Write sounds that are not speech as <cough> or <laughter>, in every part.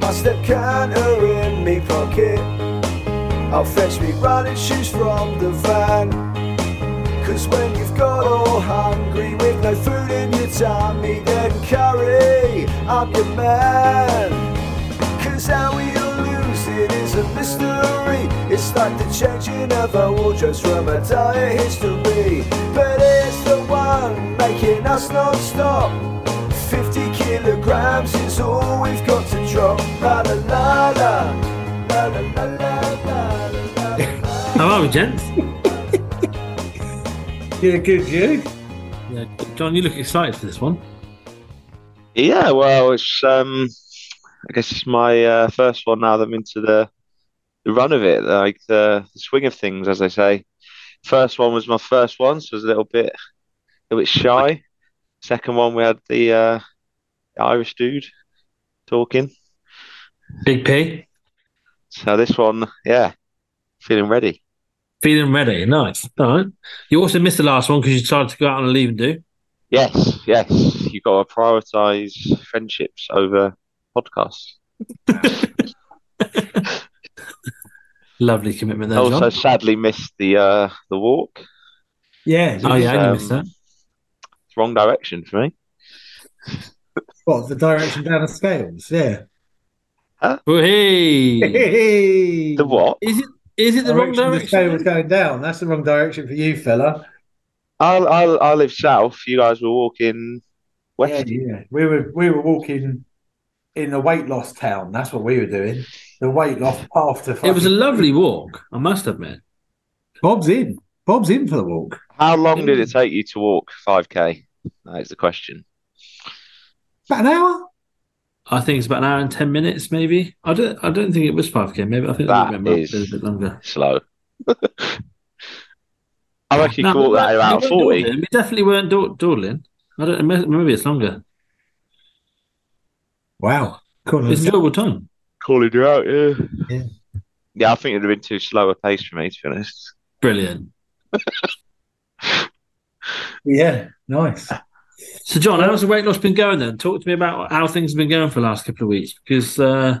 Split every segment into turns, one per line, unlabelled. I slip counter in me pocket. I'll fetch me running shoes from the van. Cause when you've got all hungry with no food in your tummy, then curry, I'm your man. Cause how we'll lose it is a mystery. It's like the changing of our wardrobes from a dire history. But it's the one making us non stop. 50 kilograms is all we've got to drop. La la la la. La la la la la la la.
Hello, gents.
Yeah, good, you.
Yeah, John, you look excited for this one.
Yeah, well, it's um, I guess it's my uh, first one now that I'm into the the run of it, like the, the swing of things, as they say. First one was my first one, so I was a little bit a little bit shy. Second one, we had the uh, Irish dude talking.
Big P,
So this one, yeah, feeling ready.
feeling ready. Nice. All right. You also missed the last one because you decided to go out on a leave and do.
Yes, yes, you got to prioritize friendships over podcasts.
Lovely commitment there,
also,
John.
sadly, missed the uh, the walk.
Yeah.
Oh, yeah, you
um, <laughs>
missed that.
It's wrong direction for me.
What, the direction down the scales? Yeah.
Oh, hey.
Hey.
The what?
Is it? Is it the wrong
The scales
direction?
going down. That's the wrong direction for you, fella.
I'll, I'll, I live south. You guys were walking
Yeah,
west.
yeah. We were we were walking in the weight loss town. That's what we were doing. The weight loss path to.
It was a
fucking-
lovely walk, I must admit.
Bob's in. Bob's in for the walk.
How long did it take you to walk 5K? That is the question.
About an hour.
I think it's about an hour and ten minutes, maybe. I don't. I don't think it was five k. Maybe I think I
That
remember it
is-
was a bit longer.
Slow. <laughs> I reckon you
No,
caught
we
that
weren't- we
about
weren't
40.
dawdling. We definitely weren't daw- dawdling. I don't. Maybe it's longer.
Wow. Cool.
It's double time.
Calling you out, yeah.
Yeah.
Yeah, I think it'd have been too slow a pace for me, to be honest.
Brilliant.
Yeah. Nice. <laughs>
So, John, how's the weight loss been going then? Talk to me about how things have been going for the last couple of weeks because uh,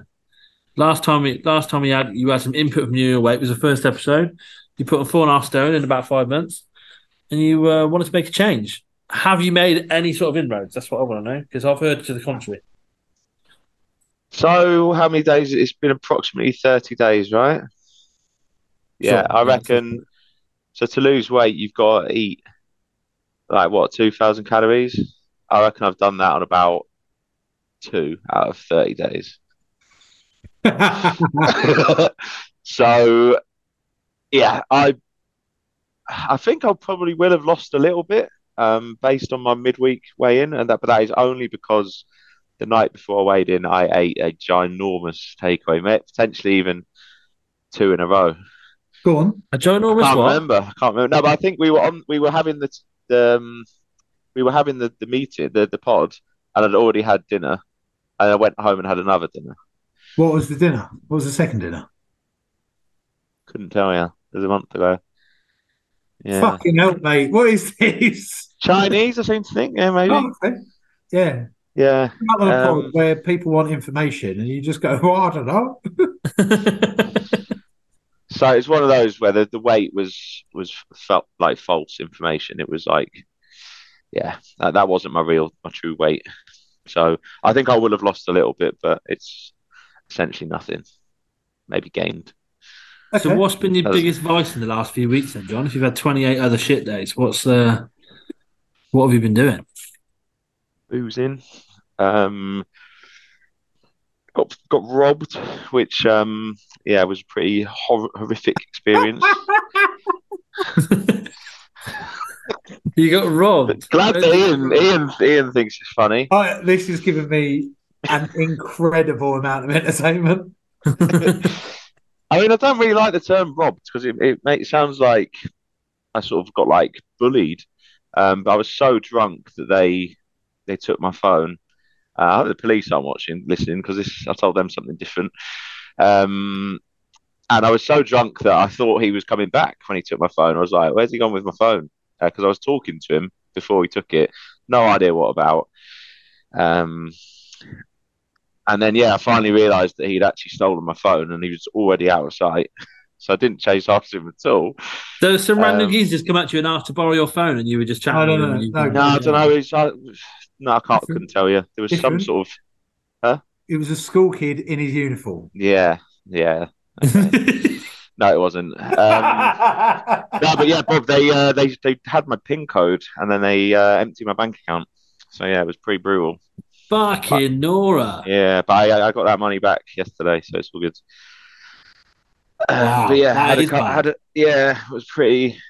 last time we last time we had you had some input from you weight it was the first episode. You put on four and a half stone in about five months, and you uh, wanted to make a change. Have you made any sort of inroads? That's what I want to know because I've heard to the contrary.
So, how many days? It's been approximately 30 days, right? Yeah,
Sure.
I reckon. So, to lose weight, you've got to eat like what, 2,000 calories? I reckon I've done that on about two out of 30 days. <laughs> so yeah i i think i probably will have lost a little bit um based on my midweek weigh in and that but that is only because the night before i weighed in i ate a ginormous takeaway mate potentially even two in a row
Go on.
A John
i
Norris
can't
what?
remember i can't remember no but i think we were on we were having the, the um, we were having the, the meeting the, the pod and i'd already had dinner and i went home and had another dinner
What was the dinner? What was the second dinner?
couldn't tell you it was a month ago yeah
Fucking hell, mate. What is this?
Chinese, I seem to think. Yeah, maybe.
Oh, okay. Yeah.
Yeah,
Come up with a
Um,
point where people want information and you just go, <laughs> well, I don't know.
so it's one of those where the, the weight was was felt like false information. It was like, yeah, that, that wasn't my real, my true weight. So I think I will have lost a little bit, but it's essentially nothing. Maybe gained.
<laughs> So,
Okay.
what's been your
That's-
biggest vice in the last few weeks, then, John? If you've had twenty-eight other shit days, what's uh, what have you been doing?
Boozing. Um, got got robbed, which um, yeah, was a pretty hor- horrific experience.
You got robbed.
Glad that Ian, Ian Ian thinks it's funny.
I, this has given me an incredible amount of entertainment.
I mean, I don't really like the term robbed because it, it, ma- it sounds like I sort of got like bullied. Um, but I was so drunk that they they took my phone. Uh, I hope the police aren't watching, listening, because this I told them something different. Um, and I was so drunk that I thought he was coming back when he took my phone. I was like, "Where's he gone with my phone?" Because I was talking to him before he took it. No idea what about. Um, And then yeah, I finally realised that he'd actually stolen my phone and he was already out of sight. <laughs> So I didn't chase after him at all.
So some random
Um,
geezers come at you and asked to borrow your phone, and you were just chatting.
No, no,
with them
no,
and you-
no,
No, I don't know. It's, I, no, I can't. Couldn't tell you. There was some
Different?
sort of
It was a school kid in his uniform.
yeah, yeah.
<laughs>
No, it wasn't. Um, no, but yeah, Bob, they uh, they they had my PIN code and then they uh, emptied my bank account. So yeah, it was pretty brutal.
Fucking Nora.
Yeah, but I, I got that money back yesterday, so it's all good.
Wow,
but yeah,
that
had a,
is
cou-
bad.
had a, yeah, it was pretty.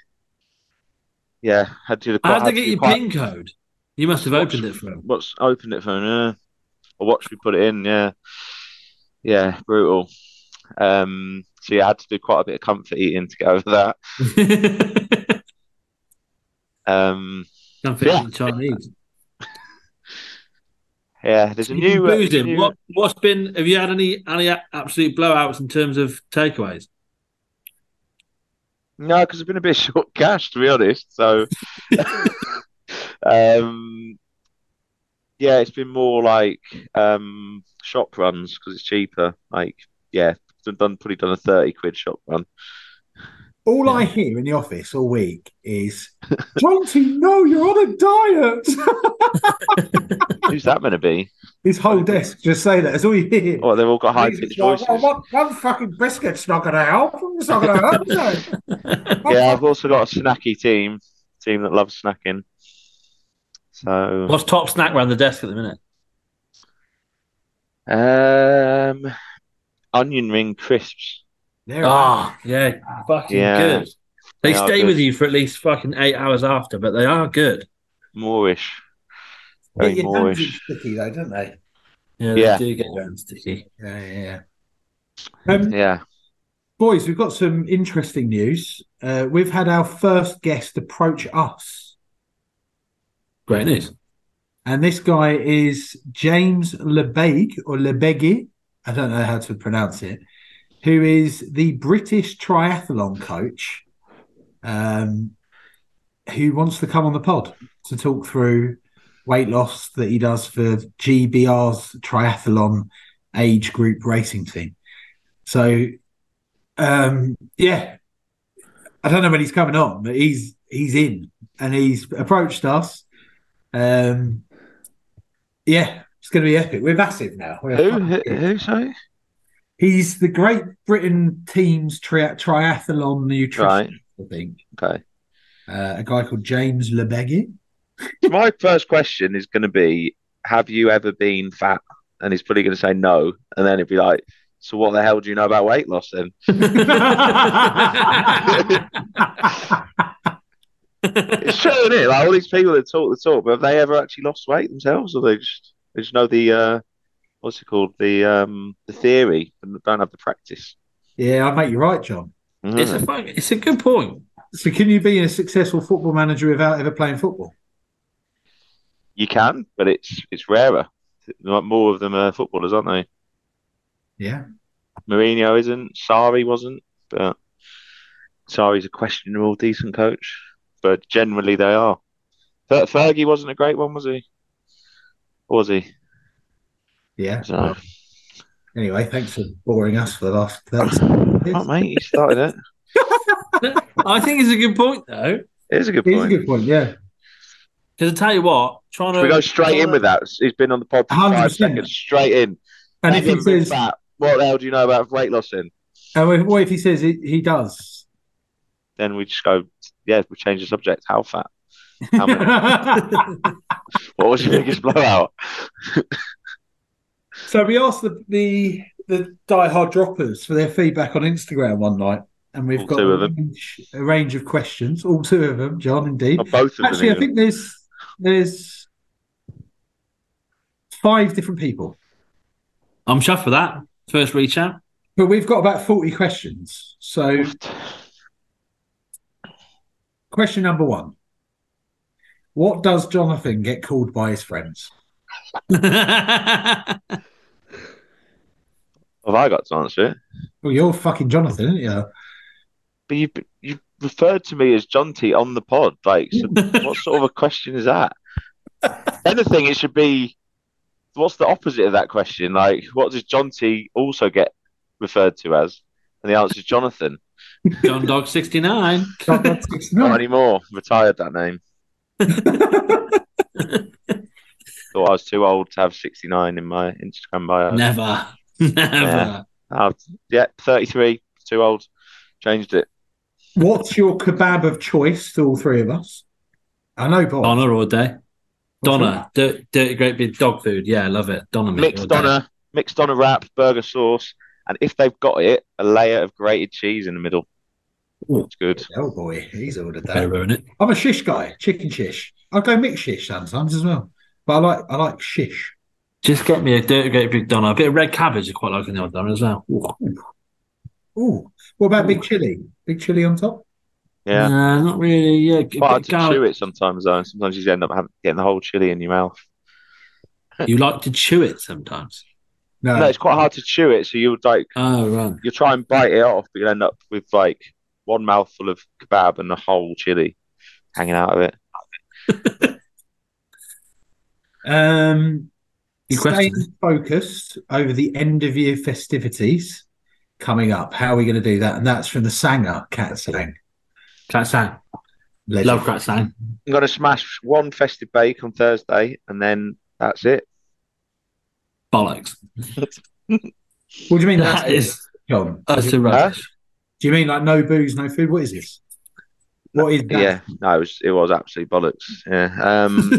Yeah, had to. do the-
How'd
had
they
to
get
do
your
quite-
PIN code? You must have opened it <laughs> for them.
What's opened it for? Yeah, or watched me put it in. Yeah, yeah, brutal. Um, so yeah, I had to do quite a bit of comfort eating to get over that. Um,
Something
Yeah.
in Chinese.
yeah, there's a new, uh,
Boozing.
new-
What, what's been, have you had any, any a- absolute blowouts in terms of takeaways?
No, because I've been a bit <laughs> short cash, to be honest.
<laughs>
So, um, yeah, it's been more like um, shop runs because it's cheaper. Like, yeah, done, done probably done a thirty quid shop run.
<laughs> All I hear in the office all week is, Johnty, no, you're on a diet. <laughs>
Who's that going to be?
His whole desk just say that. That's all you hear.
Oh, they've all got high
He's
pitched
like,
voices.
well, one, one fucking brisket's not going to help. <laughs> It's not going to help. is it? One
Yeah, I've also got a snacky team, team that loves snacking. So,
What's top snack around the desk at the minute?
um, onion ring crisps. <laughs> Oh,
There it
Ah, yeah, fucking
Yeah.
good. They,
They are
stay
good.
with you for at least fucking eight hours after, but they are good.
Moorish,
is.
very
Get your hands
Moorish.
in sticky though, don't they?
Yeah, they
Yeah.
do get your hands sticky.
Yeah, yeah. yeah. Um, <laughs>
Yeah.
boys, we've got some interesting news. Uh, we've had our first guest approach us,
Great news.
and this guy is James Lebegue or Lebegi. I don't know how to pronounce it. Who is the British triathlon coach? Um, who wants to come on the pod to talk through weight loss that he does for GBR's triathlon age group racing team. So, um, yeah, I don't know when he's coming on, but he's he's in and he's approached us. Um, yeah, it's going to be epic. We're massive now. We're
Who?
fucking
Who?
big.
Who? Sorry.
He's the Great Britain team's tri- triathlon nutrition,
Right.
I think.
Okay.
Uh, a guy called James
<laughs>
Lebegi.
So my first question is going to be Have you ever been fat? And he's probably going to say no. And then it'd be like, So what the hell do you know about weight loss then? It's true, isn't it? Like all these people that talk the talk, but have they ever actually lost weight themselves? Or they just, they just know the, uh, what's it called? The um, the theory and don't have the practice.
<laughs> Yeah, I mate, you're right, John.
It's
Mm.
a fuck- it's a good point.
So, can you be a successful football manager without ever playing football?
You can, but it's it's rarer. Like, More of them are footballers, aren't they?
Yeah.
Mourinho isn't. Sari wasn't, but Sari's a questionable, decent coach. But generally, they are. Fer- Fergie wasn't a great one, was he? Or was he?
Yeah.
So, not
Anyway, thanks for boring us for the last.
<laughs>
That's,
mate. He started it.
I think it's a good point though,
It is a good
it's a
point.
good point. Yeah.
because I tell you what, trying
Should
to
we go straight in with that? He's been on the pod for five
100%.
seconds. Straight in.
And
Have
if
you
he
ever been
says,
fat? What the hell do you know about weight loss? In
and if- what if he says he, he does?
then we just go. Yeah, we change the subject. How fat? How
<laughs>
many? what was your biggest blowout?
So we asked the the, the diehard droppers for their feedback on Instagram one night, and we've
All
got
two
a
of them.
range, a range of questions. All two of them, John, indeed.
Or both of
Actually,
them.
I think there's there's five different people,
I'm chuffed for that first reach out.
but we've got about forty questions. So,
even.
question number one: What does Jonathan get called by his friends?
I
Have I got to answer it?
Well, you're fucking Jonathan,
<laughs>
aren't you?
But you you referred to me as Jonty on the pod.
<laughs>
Like, so what sort of a question is that? Anything, it should be. what's the opposite of that question? Like, what does John T also get referred to as? And the answer is Jonathan.
<laughs> John Dog 69.
That- that's it's
Not
not.
anymore. Retired that name. Thought I was too old to have 69 in my Instagram bio.
Never. Never.
Yeah. Oh, yeah, 33. Too old. Changed it.
What's your kebab of choice to all three of us? I know, Bob.
Donna all day.
What's
Donna. Dirty, dirty, great big dog food. Yeah, I love it. Donna meat. all
Mixed
day.
Donna, mixed Donna wrap, burger sauce, and if they've got it, a layer of grated cheese in the middle.
Ooh.
It's good.
Oh boy, he's ordered
Better
that.
ruin it.
I'm a shish guy, chicken shish. I'll go mix shish sometimes as well, but I like I like shish.
Just get me a dirty, great big Donna. A bit of red cabbage. I quite like in the old Donna as well. Ooh.
Ooh, what about big chili? Big chili on top.
Yeah.
Nah, not really. Yeah. Get,
Quite hard to
garlic.
chew Mm, it sometimes, though. Sometimes you end up having, getting the whole chili in your mouth.
You like to chew it sometimes.
No,
No, it's quite hard to chew it. So you would like
Oh, right.
you try and bite it off, but you'll end up with like one mouthful of kebab and a whole chili hanging out of it.
Um,
Good question.
staying focused over the end of year festivities coming up. How are we going to do that? And that's from the Sanger Cat Sang.
Cat Sang.
Legend.
Love Cat Sang.
I'm gonna smash one festive bake on Thursday, and then that's it.
Bollocks.
What do you mean? That's
That is
John.
utter
Do
rubbish.
you mean like no booze, no food? What is this? What is that?
Yeah, no, it was it was absolute bollocks. Yeah. <laughs> Um,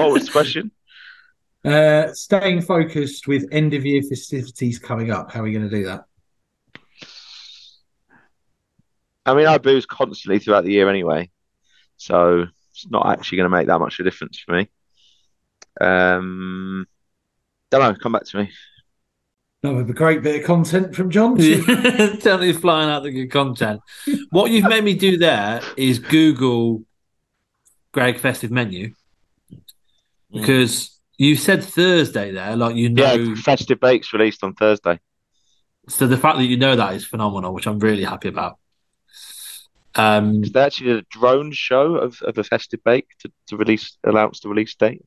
what was the question?
Uh, staying focused with end of year festivities coming up. How are we going to do that?
I mean, I booze constantly throughout the year anyway, so it's not actually going to make that much of a difference for me. Um, don't know. Come back to me.
That would be a great bit of content from John.
Yeah, Totally flying out the good content. What you've made me do there is Google Greg Festive Menu because you said Thursday there, like you know.
Yeah, festive bakes released on Thursday.
So the fact that you know that is phenomenal, which I'm really happy about. Um,
They actually did a drone show of, of a festive bake to, to release announce the release date.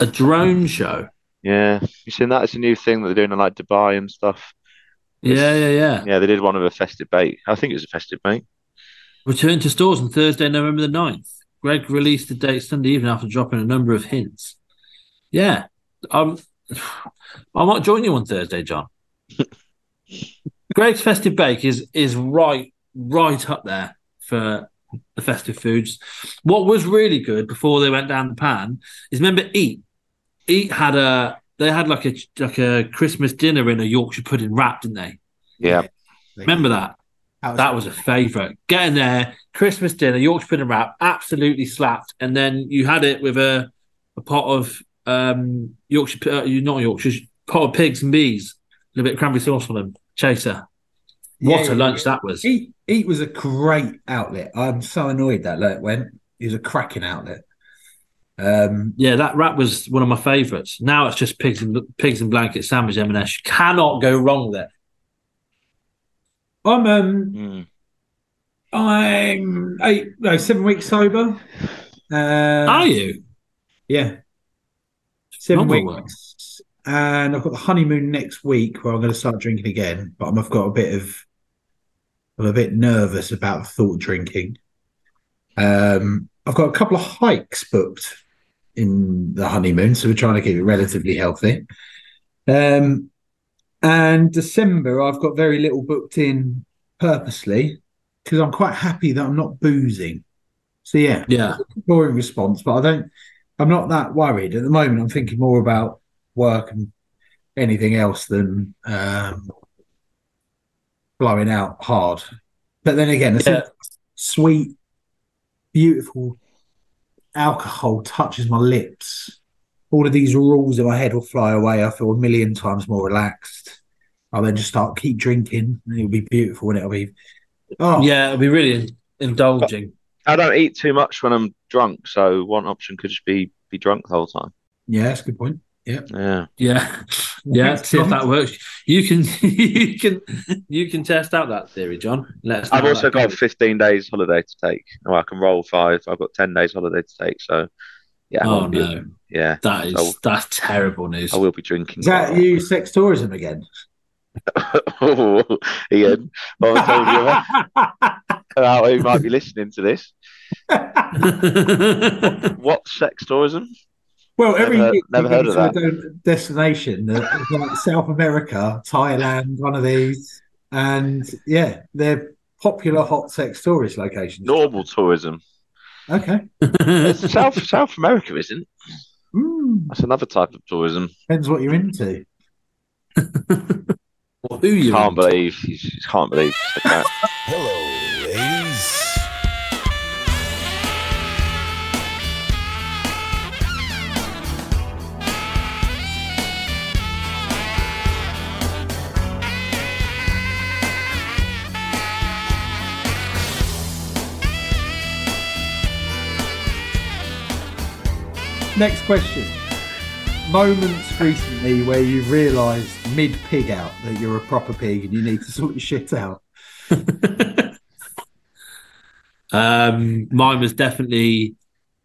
a drone show.
Yeah, you seen that? It's a new thing that they're doing in like Dubai and stuff.
Yeah, yeah, yeah.
Yeah, they did one of a festive bake. I think it was a festive bake.
Return to stores on Thursday, November the 9th. Greg released the date Sunday evening after dropping a number of hints. Yeah. Um, I might join you on Thursday, John. <laughs> Greg's Festive Bake is is right right up there for the festive foods. What was really good before they went down the pan is remember Eat. Eat had a they had like a like a Christmas dinner in a Yorkshire pudding wrap, didn't they?
Yeah,
<laughs> Remember that? That was a favourite. Getting there, Christmas dinner, Yorkshire pudding wrap, absolutely slapped. And then you had it with a, a pot of um Yorkshire, uh, you- not Yorkshire, pot of pigs and bees, a little bit of cranberry sauce on them. Chaser. What
Yeah,
a
yeah,
lunch that was.
Eat, Eat was a great outlet. I'm so annoyed that let it went. It was a cracking outlet. Um,
Yeah, that wrap was one of my favourites. Now it's just pigs and pigs and blankets sandwich M&S. You cannot go wrong there.
I'm um,
Mm.
I'm eight no seven weeks sober. Uh,
Are you?
yeah, seven
Phenomenal.
weeks, and I've got the honeymoon next week where I'm going to start drinking again. But I'm- I've got a bit of I'm a bit nervous about the thought of drinking. Um, I've got a couple of hikes booked in the honeymoon, so we're trying to keep it relatively healthy. Um, and December, I've got very little booked in purposely because I'm quite happy that I'm not boozing. So yeah,
Yeah.
boring response, but I don't. I'm not that worried at the moment. I'm thinking more about work and anything else than um, blowing out hard. But then again, it's
Yeah.
sweet, beautiful alcohol touches my lips. All of these rules in my head will fly away. I feel a million times more relaxed. I'll then just start keep drinking, and it'll be beautiful, and it'll be oh
Yeah, it'll be really indulging.
I don't eat too much when I'm drunk, so one option could just be be drunk the whole time.
yeah, that's a good point.
Yeah,
Yeah, yeah. See if that works. You can, <laughs> you can, you can test out that theory, John. Let's.
I've also got 15 days holiday to take. Well, I can roll five. I've got 10 days holiday to take, so Yeah, I
Oh
won't be-
no,
yeah.
that is
Oh.
that's terrible news.
I will be drinking.
Is that you, sex tourism again?
<laughs> oh, Ian, well, I told you
<laughs>
about- about who might be listening to this. What sex tourism?
Well, every
Never-
year
never
you go
heard of
to a de- destination that is like South America, Thailand, one of these, and yeah, they're popular hot sex tourist locations.
Normal tourism.
Okay, <laughs>
South South America isn't.
Mm,
That's another type of tourism.
depends what you're into.
<laughs> Who you?
Can't believe you just can't
<laughs>
believe you said that.
Hello, ladies.
Next question: Moments recently where you realised mid pig out that you're a proper pig and you need to sort your shit out.
Um, mine was definitely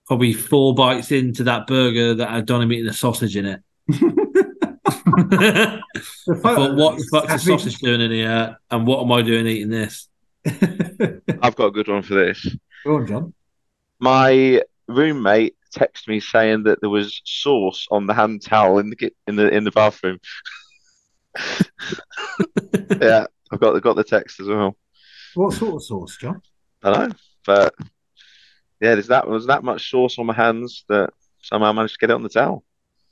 probably four bites into that burger that had Donny meat and a sausage in it. <laughs> I
The
thought, what the fuck's a
Have you-
sausage doing in here? And what am I doing eating this?
I've got a good one for this.
Go on, John.
My roommate texted me saying that there was sauce on the hand towel in the ki- in the in
<laughs>
the bathroom. yeah, I've got got the text as well.
What sort of sauce, John?
I know, but yeah, there's that was that much sauce on my hands that somehow I managed to get it on the towel.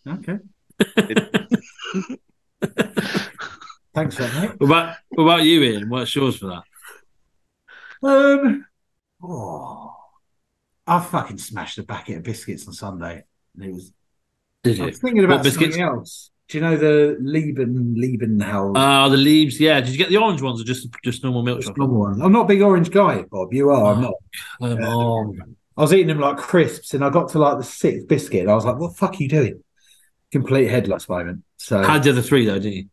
Okay. Thanks for that, mate.
What about, what about you, Ian? What's yours for that?
Um, oh, I fucking smashed a packet of biscuits on Sunday. And it was.
Did
I
you?
was thinking about
What biscuits?
something else. Do you know the Lieben Liebenhaus?
Ah, the leaves. Yeah. Did you get the orange ones or just just normal milk
It's a
chocolate?
long one. I'm not a big orange guy, Bob. You are. I'm not.
Come on.
I was eating them like crisps, and I got to like the sixth biscuit, and I was like, "What the fuck are you doing?" Complete headless moment. So
Um, Had the other three though, didn't you?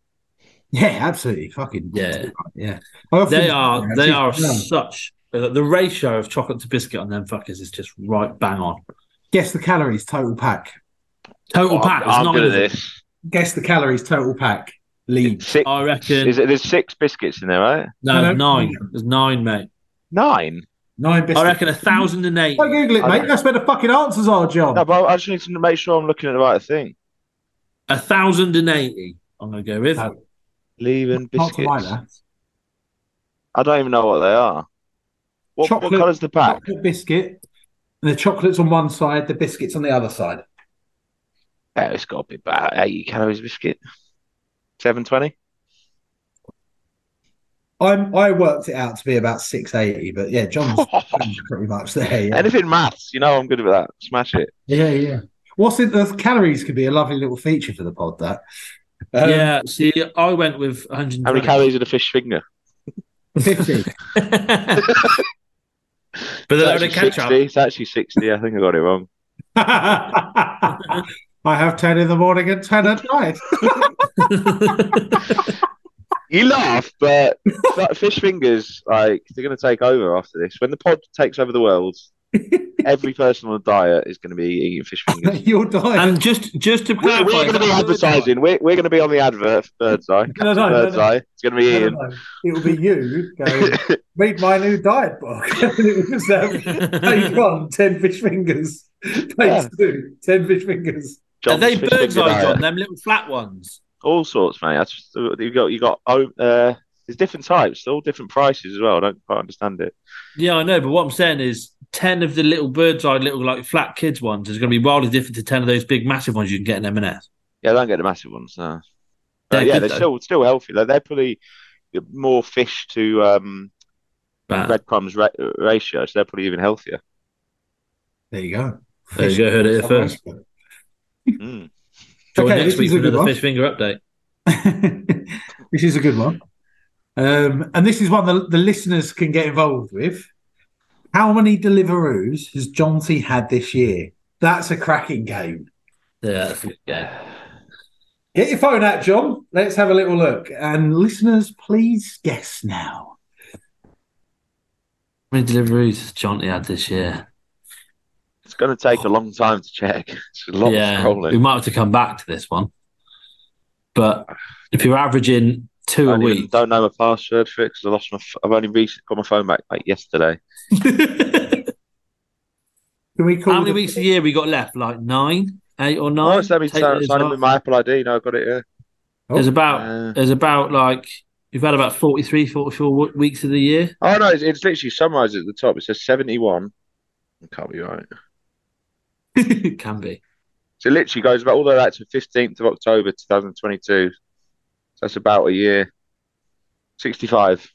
yeah, absolutely fucking
Yeah.
yeah. I often-
They are they are
Yeah.
such the ratio of chocolate to biscuit on them fuckers is just right bang on.
Guess the calories total pack.
Total
Oh,
pack.
I'm,
is
I'm
not
good at
even-
this.
Guess the calories total pack. Lead.
Six,
I reckon
is it, there's six biscuits in there, right?
no,
No, no.
nine. There's nine, mate.
Nine.
Nine biscuits.
I reckon a thousand and eight.
Don't Google it,
I
mate.
don't-
That's where the fucking answers are, John.
No, but I just need to make sure I'm looking at the right thing.
A thousand and eighty. I'm gonna go with.
No,
Leaving
Not to my
biscuits.
left.
I don't even know what they are. What, what
Chocolate-
colour's the pack?
Chocolate biscuit. And the chocolate's on one side, the biscuit's on the other side.
Yeah, it's got to be about 80 calories biscuit. <laughs> 720?
I'm I worked it out to be about six eighty, but yeah, John's
Oh.
John's pretty much there.
<laughs>
Yeah,
Anything maths, you know I'm good at that. Smash it.
yeah. yeah. What's it? The calories could be a lovely little feature for the pod. That. Um,
yeah, see, I went with 100.
How many calories in a fish finger?
<laughs> Fifty. <laughs>
<laughs> but the
It's
load of
actually
ketchup.
60. It's actually 60. I think I got it wrong.
I have ten in the morning and ten at night. <laughs>
You laugh, but but fish fingers, like they're going to take over after this. When the pod takes over
<laughs>
the world, every person on a diet is going to be eating fish
<laughs>
fingers.
You're dying.
<laughs> and just just to
We're,
clarify,
we're going to be
<laughs>
advertising. We're, we're going to be on the advert for Bird's Eye.
No, no, no,
Bird's
no.
Eye. It's going to be
No,
Ian.
no, no. It'll be you going, read my new diet book. <laughs> it was um,
<laughs>
page one, 10 fish fingers. Page
Yeah.
two, 10 fish fingers.
Are
John's
they
fish
bird's
finger
eye
diet.
on them little flat ones?
all sorts, mate. That's just, uh, you got you got oh, uh, there's different types, they're all different prices as well. I don't quite understand it.
Yeah, I know, but what I'm saying is, ten of the little bird's eye, little like flat kids ones is going to be wildly different to ten of those big massive ones you can get in M&S.
Yeah, I don't get the massive ones. No.
They're
But Oh, yeah,
good,
they're
though.
still still healthy. Like, they're probably more fish to um,
But
breadcrumbs ra- ratio, so they're probably
<laughs>
even healthier.
There you go.
there you go, heard it here first.
Mm.
Join
Okay,
next
this
week
is a
for
good
another
one.
fish finger update.
<laughs> this is a good one. Um, and this is one that the listeners can get involved with. How many Deliveroos has Jonty had this year? That's a cracking game.
Yeah, that's a good game.
Get your phone out, John. Let's have a little look. And listeners, please guess now.
How many deliveries has Jonty had this year?
It's going to take a long time to check. It's a lot
yeah,
of scrolling.
we might have to come back to this one. But if you're averaging two
I
a
don't even-
week, <laughs>
don't know my password for it because I lost my. F- I've only recently got my phone back like yesterday.
Can we call
how many
the-
weeks a year we got left? Like nine, eight or
No,
nine?
it's let me
Take
sign
those
sign in
off.
with my Apple ID. No, I got it here.
There's about
Uh,
there's about like you've had about 43, 44 w- weeks of the year.
oh no, it's, it's literally summarized at the top. It says seventy-one. It can't be right.
it can be.
So it literally goes about all the way back to fifteenth of October, two thousand twenty-two. So that's about a year. Sixty-five.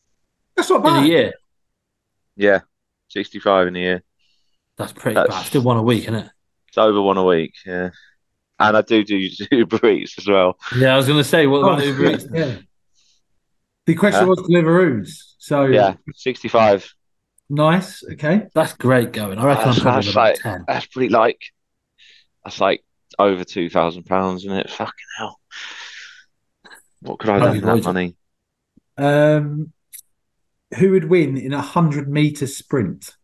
<laughs> That's not
In a
bad.
year.
Yeah, sixty-five in a year.
That's pretty
That's-
bad. Still one a week, isn't it?
It's over one a week. Yeah, and I do <laughs> do Uber Eats as well.
Yeah, I was gonna say what
Oh,
about Uber Eats?
<laughs> yeah. The question
Yeah.
was Deliveroo's. So
Yeah, sixty-five.
nice. Okay.
That's great going. I reckon I'm
That's-
probably
that's
about
like-
ten.
That's pretty like that's like over two thousand pounds, isn't it? Fucking hell. What could I have done with that
Outrageous.
money?
Um, who would win in a hundred meter sprint?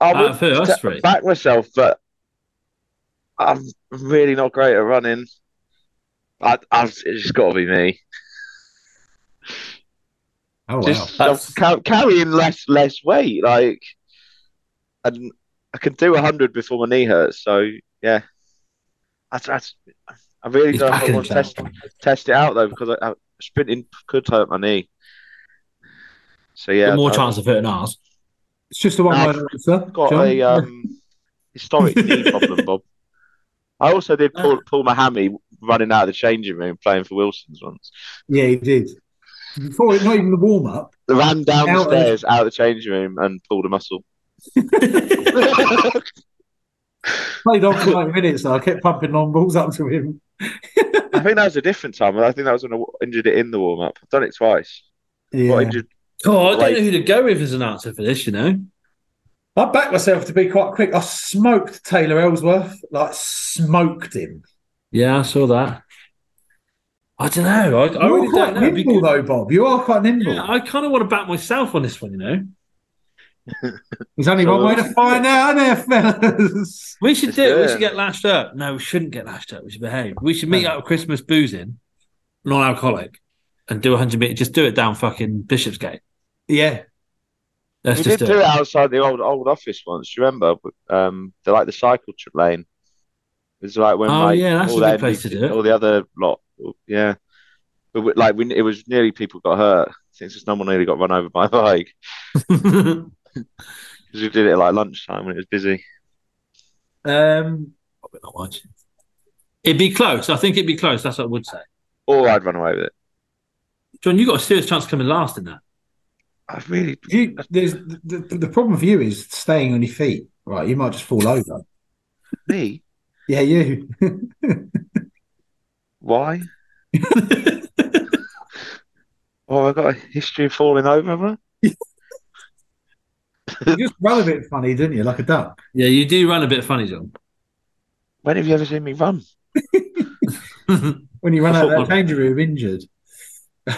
I
Out of
would
who? Us
st-
three?
back myself, but I'm really not great at running. I, I, it's got to be me.
Oh wow.
Just uh,
That's-
ca- carrying less less weight, like, and I can do hundred before my knee hurts. So yeah, that's, that's I really
He's
don't
back in
want to
town.
test test it out though because I, I, sprinting could hurt my knee. So yeah,
Got more
I-
chance of hurting ours.
It's just a one word answer.
I've got
John?
a um, historic knee problem, Bob. I also did pull, pull my hammy running out of the changing room playing for Wilson's once.
yeah, he did. Before not even the warm
<laughs>
up.
I ran down the
Out of-
stairs out of the changing room and pulled a muscle.
Played on for like minutes. So I kept pumping long balls up to him.
I think that was a different time. I think that was when I w- injured it in the warm up. I've done it twice. Got
Yeah.
injured-
God, I don't
Like-
know who to go with as an answer for this, you know.
I backed myself to be quite quick. I smoked Taylor Ellsworth, like smoked him.
Yeah, I saw that. I don't know. I, I
You're
really
quite
don't know. It'd be
nimble
good-
though, Bob. You are quite nimble.
Yeah, I kind of want to back myself on this one, you know.
There's only
So-
one way to find out, there, <laughs> fellas.
We should
Let's
do it.
do
We
it.
should get lashed up. No, we shouldn't get lashed up. We should behave. We should meet up at Christmas boozing, non alcoholic, and do 100 meters. Just do it down fucking Bishopsgate.
Yeah.
Let's
We
just
did
do,
do it
it.
outside the old old office once. Do you remember? Um, they like the cycle tr- lane. It's like when
Oh,
like
yeah, that's
all
a good
the
place to
NBC
do it.
All the other lot, yeah. But we, like we, it was nearly people got hurt since just no one nearly got run over by a bike
<laughs>
because we did it at like lunchtime when it was busy.
Um,
Probably not much. It'd be close. I think it'd be close. That's what I would say.
Or I'd run away with it.
John, you got a serious chance of coming last in that.
I really,
you, there's the, the problem for you is staying on your feet. Right, you might just fall over.
me,
Yeah, you. <laughs>
<laughs>
why? Oh, I've got a history of falling over. Have I?
you just run a bit funny, didn't you? Like a duck.
yeah, you do run a bit funny, John. <laughs>
When have you ever seen me run?
When you run out of that danger room injured.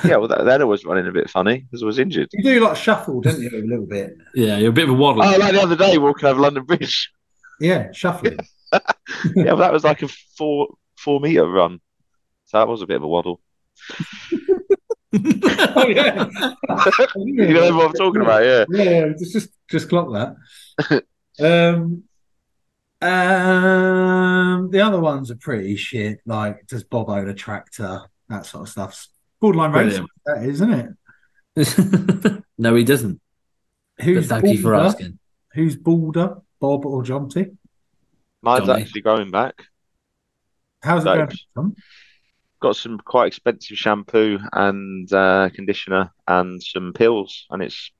yeah, well, that, then I was running a bit funny because I was injured.
You do like shuffle, don't you, a little bit?
yeah, you're a bit of a waddle.
Oh, like the other day, walking over London Bridge. <laughs>
Yeah, shuffling.
yeah, but that was like a four four meter run. So that was a bit of a waddle.
oh, <laughs> yeah.
You know what I'm talking about, yeah.
Yeah, just just, just clock that. um, um, the other ones are pretty shit. Like, does Bob own a tractor? That sort of stuff. Borderline race,
Brilliant.
that is, isn't it?
<laughs> no, he doesn't. But
Who's
thank you for
balder?
asking.
Who's balder, Bob or Jonty?
Mine's
Johnny.
actually going back.
How's it
No.
going? Tom?
Got some quite expensive shampoo and uh, conditioner and some pills, and it's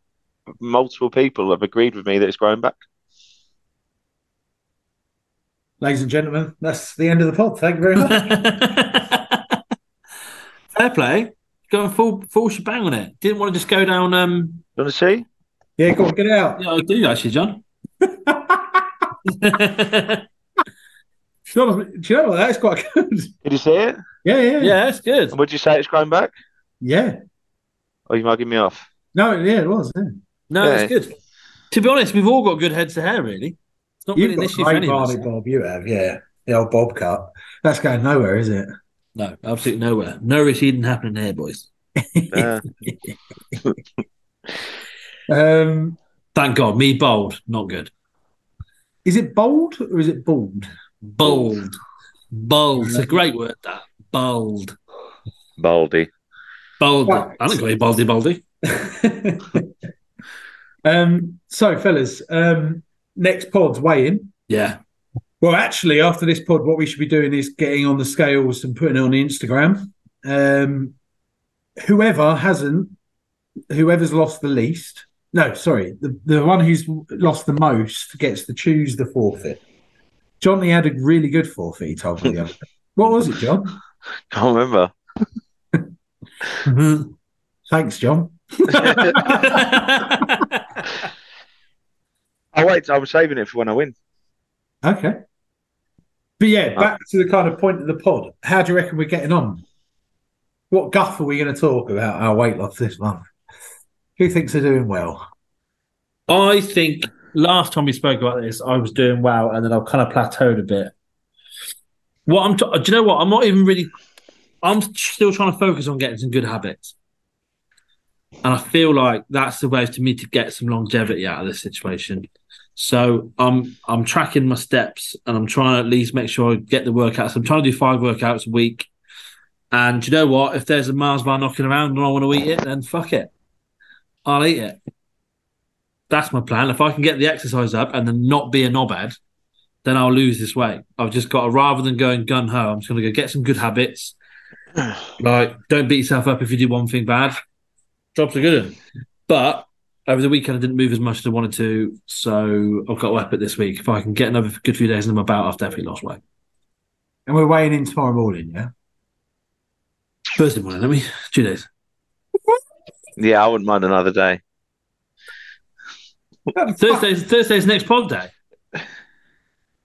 multiple people have agreed with me that it's growing back.
Ladies and gentlemen, that's the end of the pod.
<laughs>
Thank you very much.
Fair play. Going full full shebang on it. Didn't want to just go down. Um,
You want to see?
yeah, go on, get out.
yeah, I do actually, John. <laughs> yeah,
Jonathan, do you know what? That's quite <laughs> good.
Did you see it?
Yeah, yeah, yeah.
that's good.
And would you say it's growing back?
yeah.
Or you mugging me off?
No, yeah, it was. Yeah.
No, that's
Yeah.
good. To be honest, we've all got good heads to hair, really. It's not really
You've
an
got
issue for
great
any of us.
barley bob. You have, yeah. The old bob cut. That's going nowhere, is it?
No, absolutely nowhere. No receding happening here, boys.
Uh,
Um,
Thank God. Me bold, not good.
is it bold or is
<laughs>
it bald? <laughs>
Bold. Bold. It's a great word, that. Bold.
Baldy.
Bold.
Right.
I don't go baldy baldy.
um, so, fellas, um, next pod's weigh in. <laughs>
Yeah. <laughs>
Well, actually, after this pod, what we should be doing is getting on the scales and putting it on the Instagram. Um, whoever hasn't, whoever's lost the least, no, sorry, the, the one who's lost the most gets to choose the forfeit. Johnny had a really good forfeit, he told me. the other day. what was it, John?
Can't remember.
Thanks, John.
Oh wait, I'm saving it for when I win.
Okay. But yeah, back to the kind of point of the pod. How do you reckon we're getting on? What guff are we going to talk about our weight loss this month? Who thinks they're doing well?
I think last time we spoke about this, I was doing well, and then I've kind of plateaued a bit. What I'm, t- do you know what? I'm not even really. I'm still trying to focus on getting some good habits, and I feel like that's the way to me to get some longevity out of this situation. So I'm I'm tracking my steps, and I'm trying to at least make sure I get the workouts. I'm trying to do five workouts a week. And do you know what? If there's a Mars bar knocking around and I want to eat it, then fuck it. I'll eat it that's my plan. If I can get the exercise up and then not be a knobhead, then I'll lose this weight. I've just got to, rather than going gun ho, I'm just going to go get some good habits. like, don't beat yourself up if you do one thing bad. Job's a good one. But over the weekend, I didn't move as much as I wanted to. So I've got to up it this week. If I can get another good few days in my bout, I've definitely lost weight.
And we're weighing in tomorrow morning, yeah?
Thursday morning, let me, two days.
Yeah, I wouldn't mind another day.
Thursday's, Thursday's next pod day.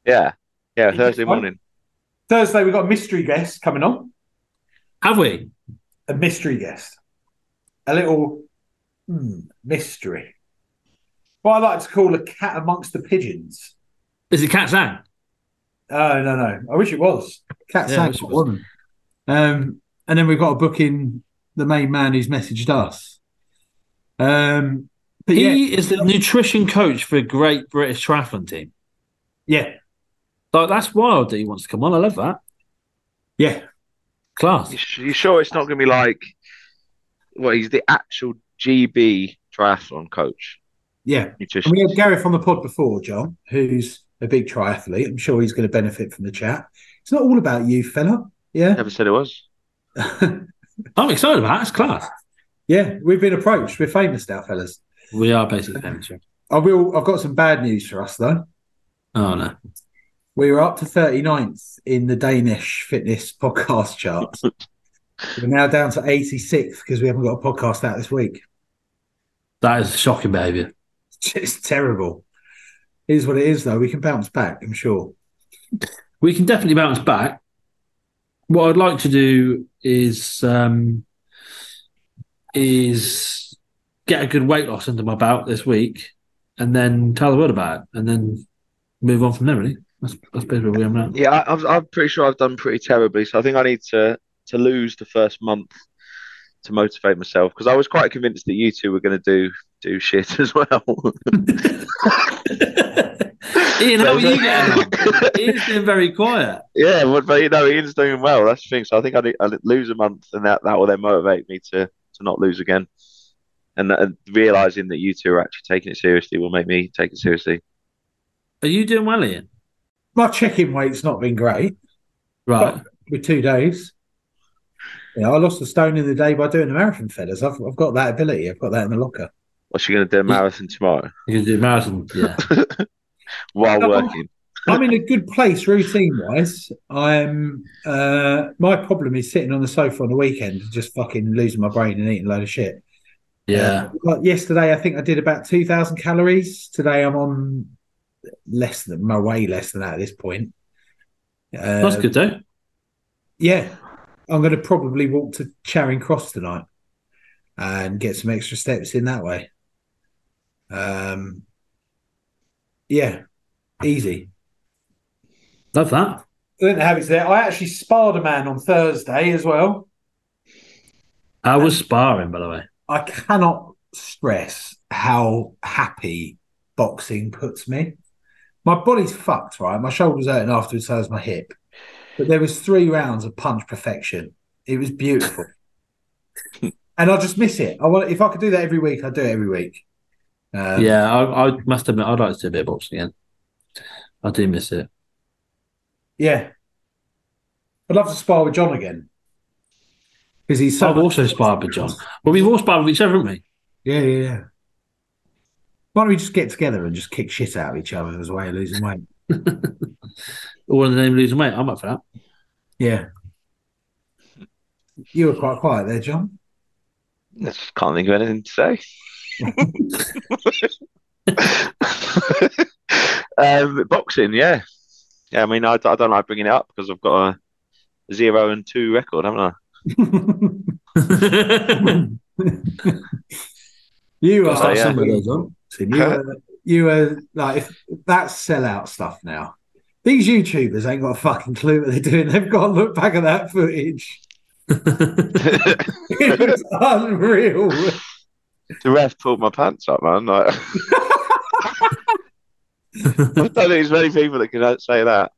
Yeah, yeah,
you
Thursday
fine?
morning.
Thursday, we've got a mystery guest coming on.
Have we?
A mystery guest. A little hmm, mystery. What I like to call a cat amongst the pigeons.
Is it Cat Zang?
Oh no, no. I wish it was. Cat
Yeah, I
sang,
wish it
but
was.
wasn't. Um, and then we've got to book in the main man who's messaged us. Um, but yeah,
He is the nutrition coach for a great British triathlon team.
yeah,
Like that's wild that he wants to come on. I love that.
yeah.
Class.
You, sh- you sure it's not going to be like? Well, he's the actual GB triathlon coach,
Yeah, and
nutrition.
we had Gareth on the pod before, John, who's a big triathlete. I'm sure he's going to benefit from the chat. It's not all about you, fella. Yeah,
Never said it was.
I'm excited about it. It's class.
<laughs> yeah. We've been approached. We're famous now, fellas.
We are basically famous. yeah.
I will. I've got some bad news for us though.
Oh no.
We were up to 39th in the Danish fitness podcast charts. We're now down to 86th because we haven't got a podcast out this week. <laughs>
That is shocking behaviour.
It's terrible. It is what it is, though. We can bounce back, I'm sure.
We can definitely bounce back. What I'd like to do is um is get a good weight loss under my belt this week and then tell the world about it and then move on from there really. That's that's basically where I'm <laughs> at.
Yeah, I, I'm, I'm pretty sure I've done pretty terribly. So I think I need to to lose the first month to motivate myself because I was quite convinced that you two were going to do do shit <laughs> as well.
Ian, how are you getting on?
<laughs>
Ian's been very quiet.
yeah, but, but you know Ian's doing well. That's the thing. So I think I need, I lose a month, and that that will then motivate me to to not lose again. And, that, and realizing that you two are actually taking it seriously will make me take it seriously.
Are you doing well, Ian?
My check-in weight's not been great
Right.
with two days. You know, I lost a stone in the day by doing the marathon, fellas. I've, I've got that ability. I've got that in the locker.
What's you going to do a marathon tomorrow
You can do a marathon. Yeah.
while
Come on.
working?
I'm in a good place routine-wise. I'm. Uh, my problem is sitting on the sofa on the weekend and just fucking losing my brain and eating a load of shit.
Yeah.
Like yesterday, I think I did about 2,000 calories. Today, I'm on less than my way less than that at this point. Uh,
That's good though.
Yeah. I'm going to probably walk to Charing Cross tonight and get some extra steps in that way. Um, Yeah, easy.
Love that.
I didn't have it there. I actually sparred a man on Thursday as well.
I was sparring, by the way.
I cannot stress how happy boxing puts me. My body's fucked, right? My shoulder's hurting afterwards, so is my hip. But there was three rounds of punch perfection. It was
<laughs>
beautiful. and I just miss it. I want if I could do that every week, I'd do it every week. Um,
yeah, I, I must admit, I'd like to do a bit of boxing again. I do miss it.
Yeah. I'd love to spar with John again. Because he's so
I've also sparred with John. Well, we've all sparred with each other, haven't we?
Yeah, yeah, yeah. Why don't we just get together and just kick shit out of each other as a way of losing weight?
All in the name of losing weight. I'm up for that.
Yeah. You were quite quiet there, John.
I just can't think of anything to say. um, boxing, yeah. Yeah, I mean, I, I don't like bringing it up because I've got a zero and two record, haven't I?
<laughs> You
Gotta
are.
start
yeah.
somewhere, though, John.
Listen, you were, you were like if that's sellout stuff now. These YouTubers ain't got a fucking clue what they're doing. They've got to look back at that footage. <laughs> It was unreal.
the ref pulled my pants up, man. Like, <laughs> I don't think there's many people that can uh, say that.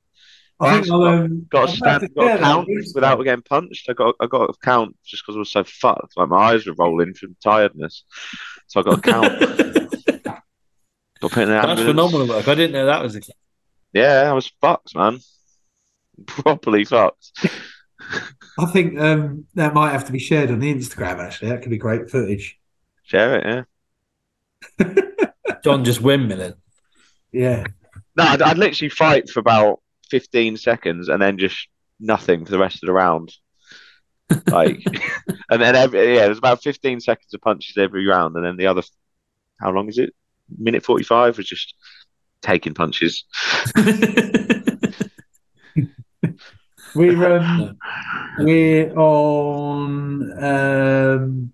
I think I'll, um,
Got
I'll
to stand,
have to
got
share
to
that
count
with you.
without getting punched. I got, I got to count just because I was so fucked. Like my eyes were rolling from tiredness, so
<laughs>
I got to count. got to put in an
That's
ambulance.
phenomenal work. I didn't know that was a
Yeah, I was fucked, man. <laughs> Properly fucked.
I think um, that might have to be shared on the Instagram. Actually, that could be great footage.
Share it, yeah.
John just windmilling.
Yeah,
No, I'd, I'd literally fight for about 15 seconds and then just nothing for the rest of the round. Like, <laughs> and then every, yeah, it was about 15 seconds of punches every round, and then the other, how long is it? Minute 45 was just taking punches.
we're um, we're on um,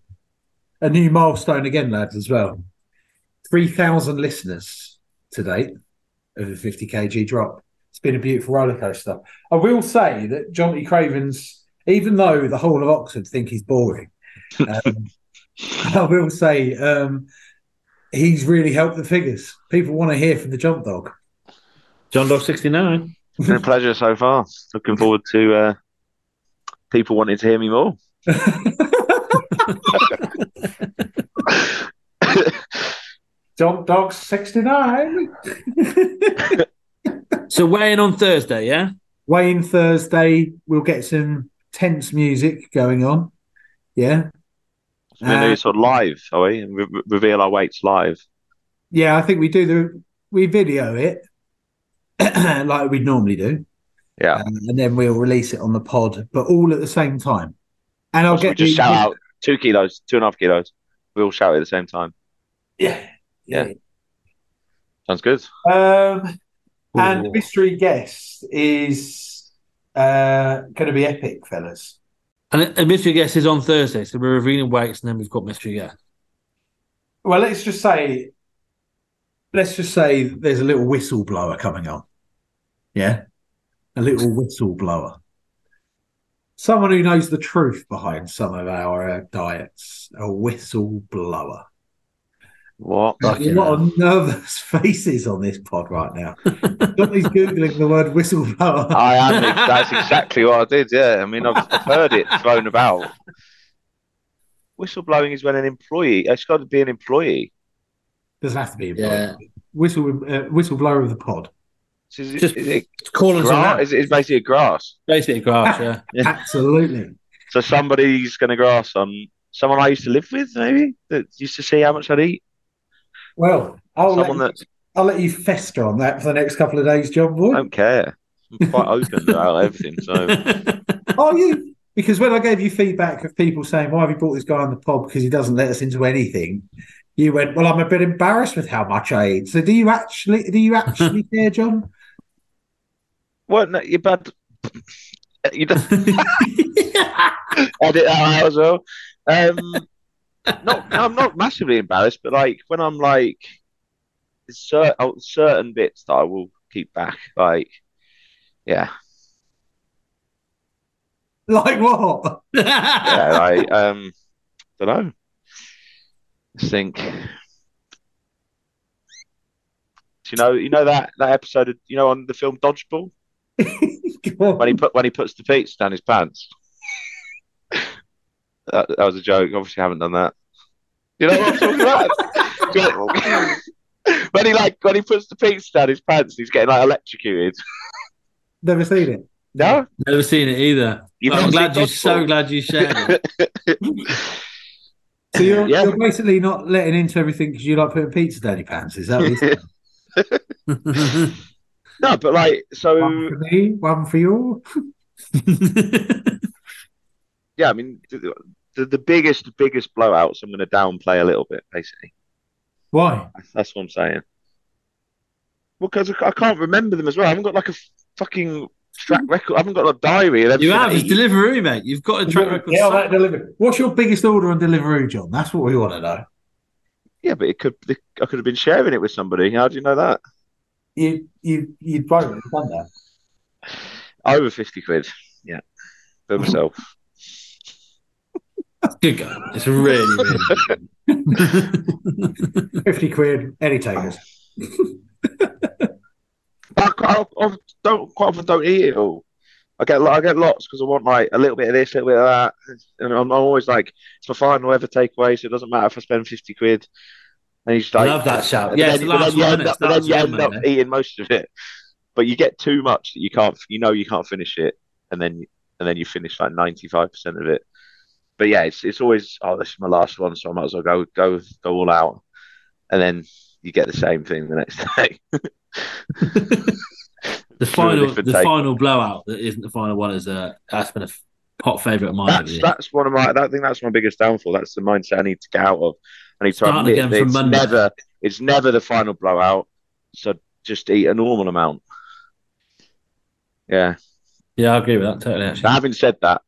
a new milestone again, lads. As well, three thousand listeners to date of the fifty kg drop. It's been a beautiful roller coaster. I will say that John E. Craven's, even though the whole of Oxford think he's boring, um, <laughs> I will say um, he's really helped the figures. People want to hear from the jump dog.
John Dog 69.
It's been a pleasure so far. Looking forward to uh, people wanting to hear me more.
Jump Dog <laughs> 69.
So weighing on Thursday, yeah?
Wayne Thursday, we'll get some tense music going on. Yeah.
We're going to
Uh,
do sort of live, are we? And re- re- reveal our weights live.
yeah, I think we do the, we video it <clears throat> like we normally do.
Yeah.
um, and then we'll release it on the pod, but all at the same time. And I'll
So we
get
just
the-
shout out two kilos, two and a half kilos. We all shout at the same time.
Yeah. Yeah.
Sounds good.
Um, and
Ooh.
mystery guest is uh, going to be epic, fellas.
And, and mystery guest is on Thursday, so we're revealing weights, and then we've got mystery guest.
Well, let's just say, let's just say there's a little whistleblower coming on. Yeah, a little whistleblower. Someone who knows the truth behind some of our uh, diets. A whistleblower.
What?
There's
Fucking
a lot of nervous <laughs> faces on this pod right now. Somebody's googling the word
<laughs>
whistleblower.
I am. That's exactly what I did. Yeah. I mean, I've, I've heard it thrown about. Whistleblowing is when an employee. It's got to be an employee.
Doesn't have to be a
Yeah.
pod. whistle uh, whistleblower of the pod.
So Is it,
Just-
is it
It's calling someone
grass?
out.
Is it, it's basically a grass.
Basically grass, yeah. <laughs>
Yeah.
Absolutely.
So somebody's going to grass on someone I used to live with, maybe that used to see how much I'd eat.
Well, I'll let,
someone
you,
that
I'll let you fester on that for the next couple of days, John
I
Boy.
don't care. I'm quite open about everything.
<laughs>
So
Are Oh, you? Because when I gave you feedback of people saying, "Why have you brought this guy on the pod?" because he doesn't let us into anything, you went, "Well, I'm a bit embarrassed with how much I eat." So, do you actually? Do you actually care, John?
well, no, you bad. You don't edit that out as well. Um, not, I'm not massively embarrassed, but like when I'm like there's cer- oh, certain bits that I will keep back. Like, yeah,
Like what?
yeah. like, um, don't know. Just think. Do you know? You know that that episode? Of, you know, on the film Dodgeball,
Go on.
when he put when he puts the pizza down his pants. that, that was a joke. Obviously, I haven't done that. You know what I'm talking about? Good. when he like when he puts the pizza down his pants, he's getting like electrocuted.
Never seen it.
No,
Never seen it either.
You've
I'm glad
not seen
you. So
Dodgeball?
glad you shared. it.
So you're,
Yeah.
you're basically not letting into everything because you like putting pizza down your pants. Is that what
<laughs>
it's
<laughs>
<laughs>
no, but like so.
one for me, one for you?
yeah, I mean, the, the, the biggest, biggest blowouts, I'm going to downplay a little bit, basically.
Why?
That's, that's what I'm saying. Well, because I, I can't remember them as well. I haven't got like a f- fucking track record. I haven't got a diary. And
you
everything
have
that
it's
you-
delivery, mate. You've got a track record.
Yeah,
somewhere.
that delivery. What's your biggest order on Deliveroo, John? That's what we want to know.
yeah, but it could. I could have been sharing it with somebody. How do you know that?
You you you'd probably done that.
Over fifty quid. Yeah, for <laughs> myself.
Good guy. It's really,
<laughs>
really
Fifty quid, any tables.
I, quite, I, I don't quite often don't eat it all. I get lo- I get lots because I want like a little bit of this, a little bit of that, and I'm always like, it's my final ever takeaway, so it doesn't matter if I spend fifty quid. And he's
I
like,
love that shout.
and
Yeah,
then-
it's the
but
last
then you
one.
end
It's
up, but
the
then you
last
end
one,
up
mate.
eating most of it, but you get too much that you can't, you know, you can't finish it, and then and then you finish like ninety five percent of it. But yeah, it's it's always oh, this is my last one, so I might as well go go go all out, and then you get the same thing the next <laughs> day.
The
Sure,
final,
different
the
take.
final blowout that isn't the final one is uh, that's been a f- hot favourite of mine. over the
That's
years.
that's one of my. I think that's my biggest downfall. That's the mindset I need to get out of. I need to
Start
admit
again
that
from
it's
Monday.
never it's never the final blowout. So just eat a normal amount. Yeah.
Yeah, I agree with that totally.
But
Actually,
having said that,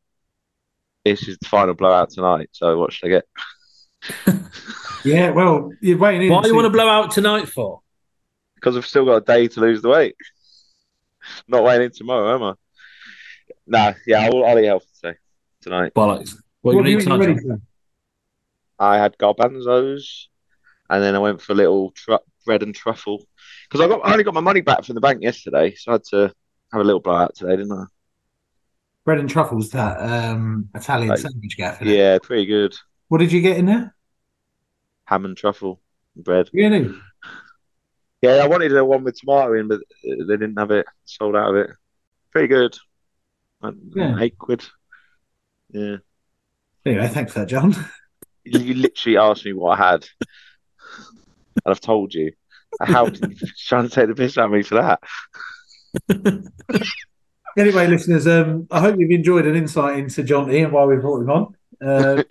this is the final blowout tonight. So what should I get?
Yeah, well, you're waiting in.
why do you
to-
want to blow out tonight for?
Because I've still got a day to lose the weight. <laughs> Not waiting in tomorrow, am I? Nah. Yeah. I'll, I'll eat healthy today, tonight.
Bollocks. What,
What
are you
have you
going to
already
eat
done?
I had garbanzos, and then I went for a little tru bread and truffle because I got I only got my money back from the bank yesterday, so I had to have a little blowout today, didn't I?
Bread and truffles, that um, Italian
Like-
sandwich gaff. isn't it?
Yeah, pretty good
What did you get in there?
ham and truffle and bread.
Really?
Yeah, I wanted a one with tomato in, but uh, they didn't have it. Sold out of it. Pretty good. Like,
Yeah.
Eight quid. Yeah.
Anyway, thanks for that, John. <laughs>
You, you literally asked me what I had, <laughs> and I've told you. How <laughs> trying to take the piss out of me for that? <clears throat>
Anyway, listeners, um, I hope you've enjoyed an insight into John E and why we brought him on.
<laughs>
Uh,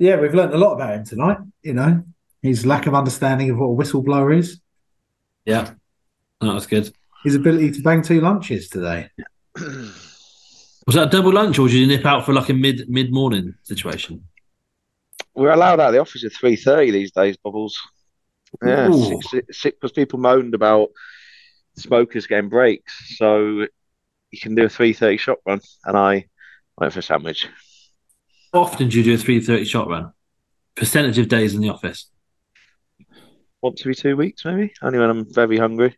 yeah, we've learned a lot about him tonight. You know, his lack of understanding of what a whistleblower is,
Yeah, that was Oh, good.
his ability to bang two lunches today.
<laughs>
Was that a double lunch or did you nip out for like a mid mid morning situation?
We're allowed out of the office at three thirty these days, Bubbles. Yeah,
Ooh.
six, six, because people moaned about smokers getting breaks, so you can do a three thirty shop run, and I went for a sandwich.
How Often do you do a three thirty shot run? Percentage of days in the office.
Once every two weeks, maybe. Only when I'm very hungry.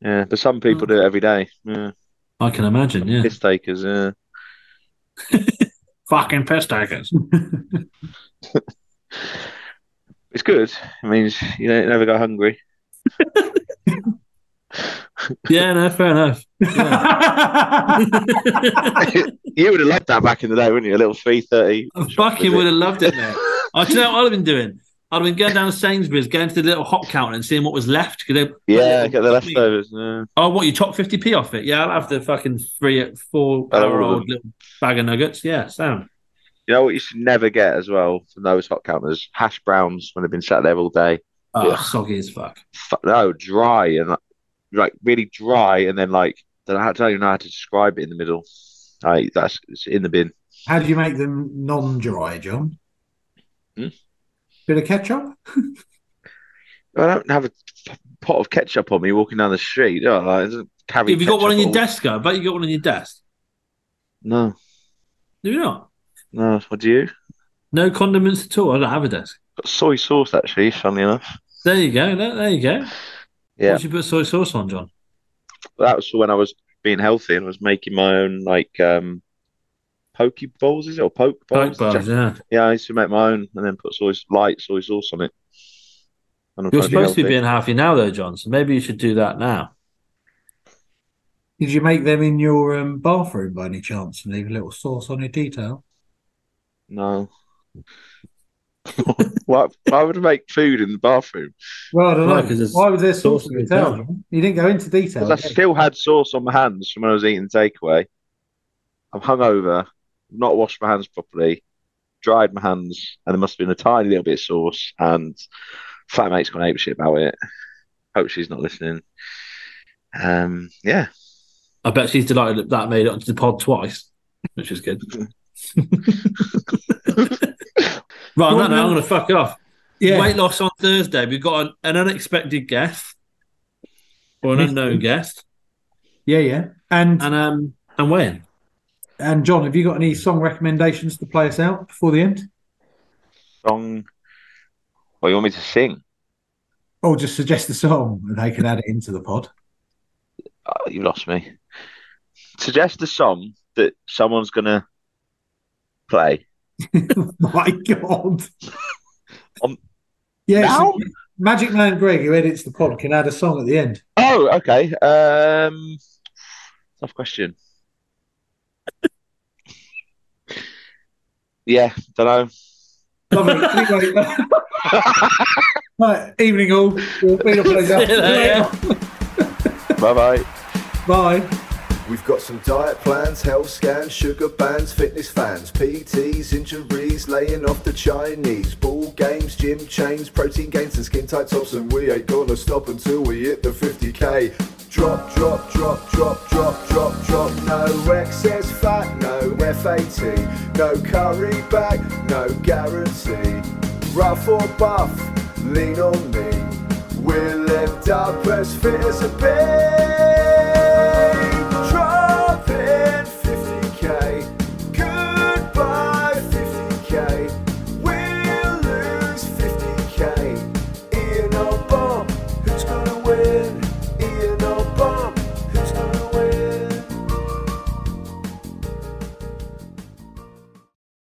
Yeah, but some people do it every day. Yeah,
I can imagine. Yeah,
piss takers. Yeah.
fucking pest takers.
It's good. It means you don't never go hungry.
<laughs>
<laughs>
yeah, no, fair enough. <laughs>
You would have loved that back in the day, wouldn't you? A little three thirty.
I fucking would have loved it, mate. I do you know what I'd have been doing. I'd have been going down to Sainsbury's, going to the little hot counter and seeing what was left. Cause they,
Yeah, get the leftovers. Yeah.
Oh, what you top fifty p off it? Yeah, I'll have the fucking three, four
I'll have
hour
all of
old little bag of nuggets. Yeah, sound.
You know what you should never get as well from those hot counters? Hash browns when they've been sat there all day.
Oh,
Yeah.
soggy as fuck.
Fu- No, dry and like, like really dry, and then like then I don't even know how to describe it in the middle. Like that's it's in the bin.
How do you make them non-dry, John?
Hmm?
Bit of ketchup.
I don't have a pot of ketchup on me walking down the street. Oh, like, I don't carry
Have you got one on
ketchup
your
at all.
desk? I bet you got one on your desk.
No,
Do you not?
no. What do you?
No condiments at all. I don't have a desk.
Got soy sauce actually. Funnily enough,
There you go. There, there you go.
Yeah.
What did you put soy sauce on, John?
that was when I was being healthy and was making my own like um, poke bowls. Is it or poke
Coke
bowls?
bars, yeah.
Yeah, I used to make my own and then put soy light soy sauce on it. And I'm
You're
trying
supposed to be
healthy.
being healthy now, though, John. So maybe you should do that now.
Did you make them in your um, bathroom by any chance and leave a little sauce on your detail?
No. <laughs> why, why would I make food in the bathroom?
Well, I don't
No,
know.
'cause there's
Why was there
sauce
sauce on
on
your
your
detail? John? You didn't go into detail.
Because I
did you?
still had sauce on my hands from when I was eating takeaway. I'm hungover, not washed my hands properly, dried my hands, and there must have been a tiny little bit of sauce. And flatmate's gone ape shit about it. Hope she's not listening. Um, yeah,
I bet she's delighted that that made it onto the pod twice, which is good. <laughs> right, on that note, I'm going to fuck off.
Yeah.
Weight loss on Thursday. We've got an, an unexpected guest or an
Yes.
unknown guest,
Yeah, yeah. And
and um, and weighing.
and John, have you got any song recommendations to play us out before the end?
song. Well, you want me to sing?
Or just suggest a song and they can add it into the pod. <laughs>
Oh, you lost me. Suggest a song that someone's gonna play.
My God.
Um,
yeah,
now?
so Magic Man Greg, who edits the pod, can add a song at the end.
Oh, okay. Um, tough question. yeah, don't know.
Lovely. Anyway, <laughs> right, evening all. We'll be the place out.
See you later.
bye bye.
Bye.
We've got some diet plans, health scans, sugar bans, fitness fans, PTs, injuries, laying off the Chinese, ball games, gym chains, protein gains and skin tight tops, and we ain't gonna stop until we hit the 50k. Drop, drop, drop, drop, drop, drop, drop. No excess fat, no FAT, no curry back, no guarantee. Rough or buff, lean on me. We'll end up as fit as a bitch.